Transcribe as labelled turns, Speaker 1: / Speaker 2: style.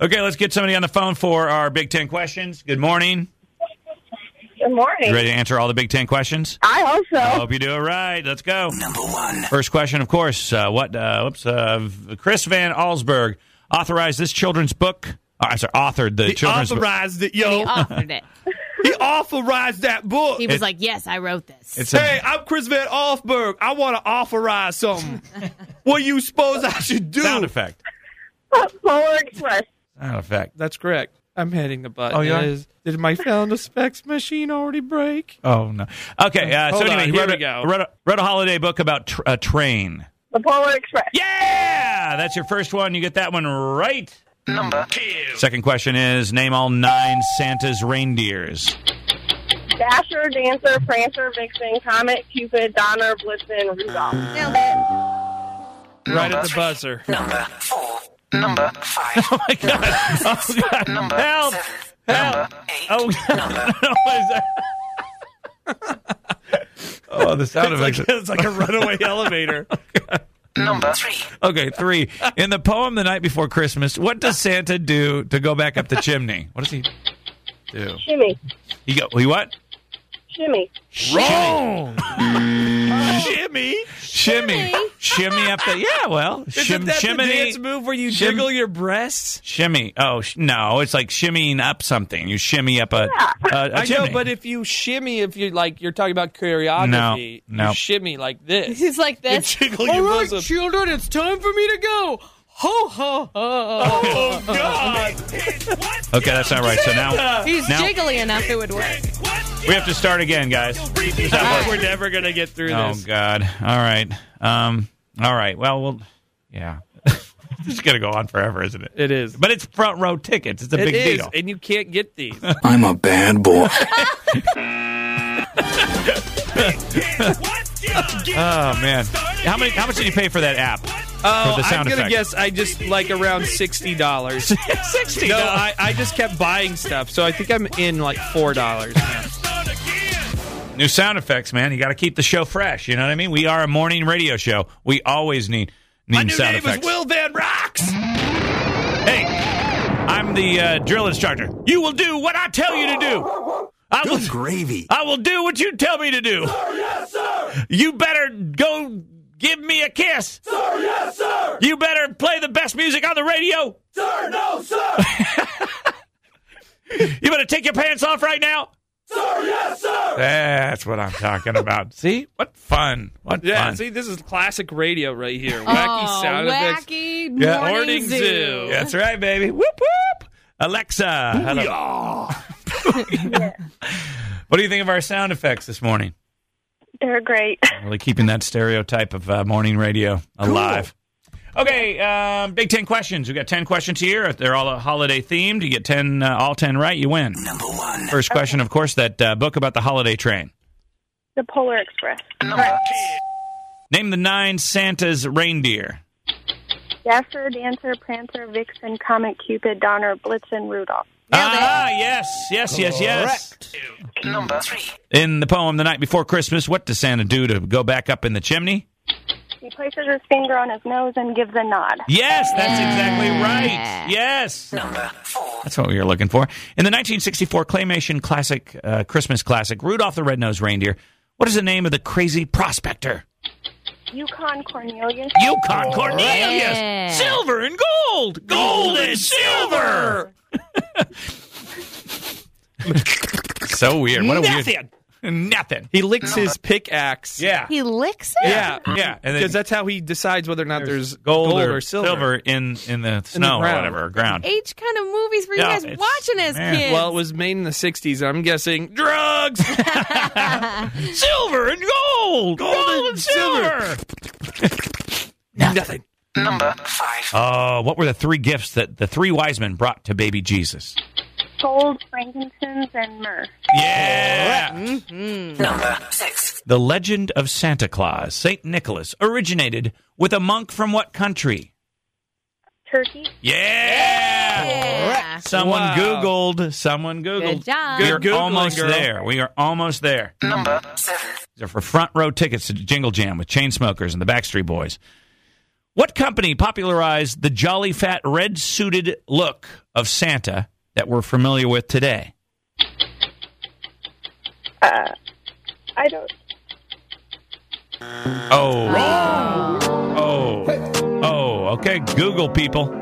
Speaker 1: Okay, let's get somebody on the phone for our Big Ten questions. Good morning.
Speaker 2: Good morning.
Speaker 1: You ready to answer all the Big Ten questions?
Speaker 2: I hope so.
Speaker 1: I hope you do it right. Let's go. Number one. First question, of course. Uh, what? Uh, whoops. Uh, v- Chris Van Allsburg authorized this children's book. Oh, I'm sorry, authored the,
Speaker 3: He
Speaker 1: children's book.
Speaker 3: authorized it,
Speaker 4: And
Speaker 3: yo.
Speaker 4: he offered it.
Speaker 3: He authorized that book.
Speaker 4: He was like, "Yes, I wrote this."
Speaker 1: It's a-
Speaker 3: Hey, I'm Chris Van Offberg. I want to authorize something. what do you suppose I should do?
Speaker 1: sound effect.
Speaker 2: Polar Express.
Speaker 1: Sound effect.
Speaker 3: That's correct. I'm hitting the button.
Speaker 1: Oh, you are?
Speaker 3: It is- Did my sound effects machine already break?
Speaker 1: Oh no. Okay. Uh, so
Speaker 3: Hold
Speaker 1: anyway,
Speaker 3: on,
Speaker 1: he
Speaker 3: here
Speaker 1: wrote,
Speaker 3: we
Speaker 1: a-
Speaker 3: go.
Speaker 1: Wrote, a, wrote a holiday book about tr- a train.
Speaker 2: The Polar Express.
Speaker 1: Yeah, that's your first one. You get that one right. Number two. Second question is name all nine Santa's reindeers.
Speaker 2: Dasher, Dancer, Prancer, Vixen, Comet, Cupid, Donner, Blitzen, Rudolph.
Speaker 3: Right at the buzzer.
Speaker 5: Number four. Number five.
Speaker 1: my god! Oh god!
Speaker 5: Number
Speaker 1: Help!
Speaker 5: seven.
Speaker 1: Help!
Speaker 5: Number eight.
Speaker 1: Oh god! What is that? Oh, the sound of like, it's like a runaway elevator.
Speaker 5: Number three.
Speaker 1: Okay, three. In the poem "The Night Before Christmas," what does Santa do to go back up the chimney? What does he do?
Speaker 2: Shimmy.
Speaker 1: He go. He what?
Speaker 2: Shimmy.
Speaker 3: Wrong. Jimmy.
Speaker 1: Shimmy, shimmy up the. Yeah, well,
Speaker 3: Isn't
Speaker 1: shim,
Speaker 3: that the
Speaker 1: shimmy,
Speaker 3: dance move where you
Speaker 1: shim-
Speaker 3: jiggle your breasts?
Speaker 1: shimmy. Oh sh- no, it's like shimmying up something. You shimmy up a, a, a
Speaker 3: I
Speaker 1: chimney.
Speaker 3: know, but if you shimmy, if you like, you're talking about choreography.
Speaker 1: No, no.
Speaker 3: You shimmy like this.
Speaker 4: He's like
Speaker 3: You
Speaker 4: this. Oh,
Speaker 3: jiggle your bosom.
Speaker 4: children, it's time for me to go. Ho ho ho!
Speaker 3: Oh God!
Speaker 1: okay, that's not right. So now
Speaker 4: He's
Speaker 1: Now-
Speaker 4: jiggly enough; it would work.
Speaker 1: we have to start again, guys.
Speaker 3: We're never gonna get through
Speaker 1: Oh
Speaker 3: this.
Speaker 1: God! All right, um, all right. Well, we'll, yeah. this is gonna go on forever, isn't it?
Speaker 3: It is.
Speaker 1: But it's front row tickets. It's a
Speaker 3: It
Speaker 1: big
Speaker 3: is,
Speaker 1: deal.
Speaker 3: and you can't get these.
Speaker 6: I'm a bad boy.
Speaker 1: oh man, how many? How much did you pay for that app?
Speaker 3: Oh,
Speaker 1: For the sound
Speaker 3: I'm gonna
Speaker 1: effect.
Speaker 3: guess I just like around sixty dollars.
Speaker 1: Sixty.
Speaker 3: No, I, I just kept buying stuff, so I think I'm in like four dollars.
Speaker 1: New sound effects, man. You got to keep the show fresh. You know what I mean? We are a morning radio show. We always need need
Speaker 3: My new
Speaker 1: sound
Speaker 3: name
Speaker 1: effects.
Speaker 3: is Will Van Rocks.
Speaker 1: Hey, I'm the uh, drill instructor. You will do what I tell you to do. I will
Speaker 6: Gravy.
Speaker 1: I will do what you tell me to do. You better go give me a kiss. Sir, yes, sir. You better play the best music on the radio. Sir, no, sir. you better take your pants off right now. Sir, yes, sir. That's what I'm talking about. see? What fun. What
Speaker 3: Yeah,
Speaker 1: fun.
Speaker 3: see, this is classic radio right here. Wacky
Speaker 4: oh,
Speaker 3: sound effects.
Speaker 4: wacky
Speaker 1: Yeah.
Speaker 4: morning,
Speaker 3: Morning
Speaker 4: zoo.
Speaker 3: zoo.
Speaker 1: That's right, baby. Whoop whoop. Alexa. hello. what do you think of our sound effects this morning?
Speaker 2: They're great.
Speaker 1: Really keeping that stereotype of uh, morning radio alive. Okay, um, Big Ten questions. We got ten questions here. If they're all uh, holiday themed, you get ten, uh, all ten right, you win.
Speaker 5: Number one.
Speaker 1: First question, of course, that uh, book about the holiday train.
Speaker 2: The Polar Express.
Speaker 5: Number
Speaker 1: Name the nine Santa's reindeer.
Speaker 2: Dasher, Dancer, Prancer, Vixen, Comet, Cupid, Donner, Blitzen, Rudolph.
Speaker 1: Ah, yes, yes, yes, yes.
Speaker 5: two. Number three.
Speaker 1: In the poem "The Night Before Christmas," what does Santa do to go back up in the chimney?
Speaker 2: He places his finger on his nose and gives a nod.
Speaker 1: Yes, that's exactly right. Yes.
Speaker 5: Number four.
Speaker 1: That's what we were looking for. In the 1964 claymation classic, uh, Christmas classic, Rudolph the Red-Nosed Reindeer, what is the name of the crazy prospector?
Speaker 2: Yukon Cornelius.
Speaker 1: Yukon Cornelius.
Speaker 4: Yeah.
Speaker 1: Silver and gold. Gold and silver. so weird. What a
Speaker 3: Nothing.
Speaker 1: weird. Nothing.
Speaker 3: He licks his pickaxe.
Speaker 1: Yeah.
Speaker 4: He licks it.
Speaker 3: Yeah.
Speaker 1: Yeah. And
Speaker 3: Because
Speaker 1: then
Speaker 3: that's how he decides whether or not there's,
Speaker 1: gold, or,
Speaker 3: silver.
Speaker 1: in, in the snow or
Speaker 3: ground.
Speaker 1: whatever, or ground.
Speaker 4: H kind of movies were you
Speaker 1: Yeah,
Speaker 4: guys
Speaker 1: it's-
Speaker 4: watching as
Speaker 1: man.
Speaker 4: kids?
Speaker 3: Well, it was made in the 60s. I'm guessing drugs.
Speaker 1: Silver and gold. Gold,
Speaker 3: and silver. Nothing.
Speaker 5: Number five.
Speaker 1: Uh, what were the three gifts that the three wise men brought to baby Jesus?
Speaker 2: Gold, frankincense, and myrrh.
Speaker 1: Yeah.
Speaker 5: Number six.
Speaker 1: The legend of Santa Claus, St. Nicholas, originated with a monk from what country?
Speaker 2: Turkey.
Speaker 1: Yeah.
Speaker 4: Yeah.
Speaker 1: Someone
Speaker 3: Wow.
Speaker 1: Googled. Someone Googled.
Speaker 4: Good job.
Speaker 1: We're
Speaker 3: Good Googling,
Speaker 1: almost
Speaker 3: girl.
Speaker 1: there. We are almost there.
Speaker 5: Number seven.
Speaker 1: These are for front row tickets to Jingle Jam with Chainsmokers and the Backstreet Boys. What company popularized the jolly fat red suited look of Santa that we're familiar with today?
Speaker 2: I don't.
Speaker 1: Oh. Wrong. Oh. Oh, okay. Oh. Google people.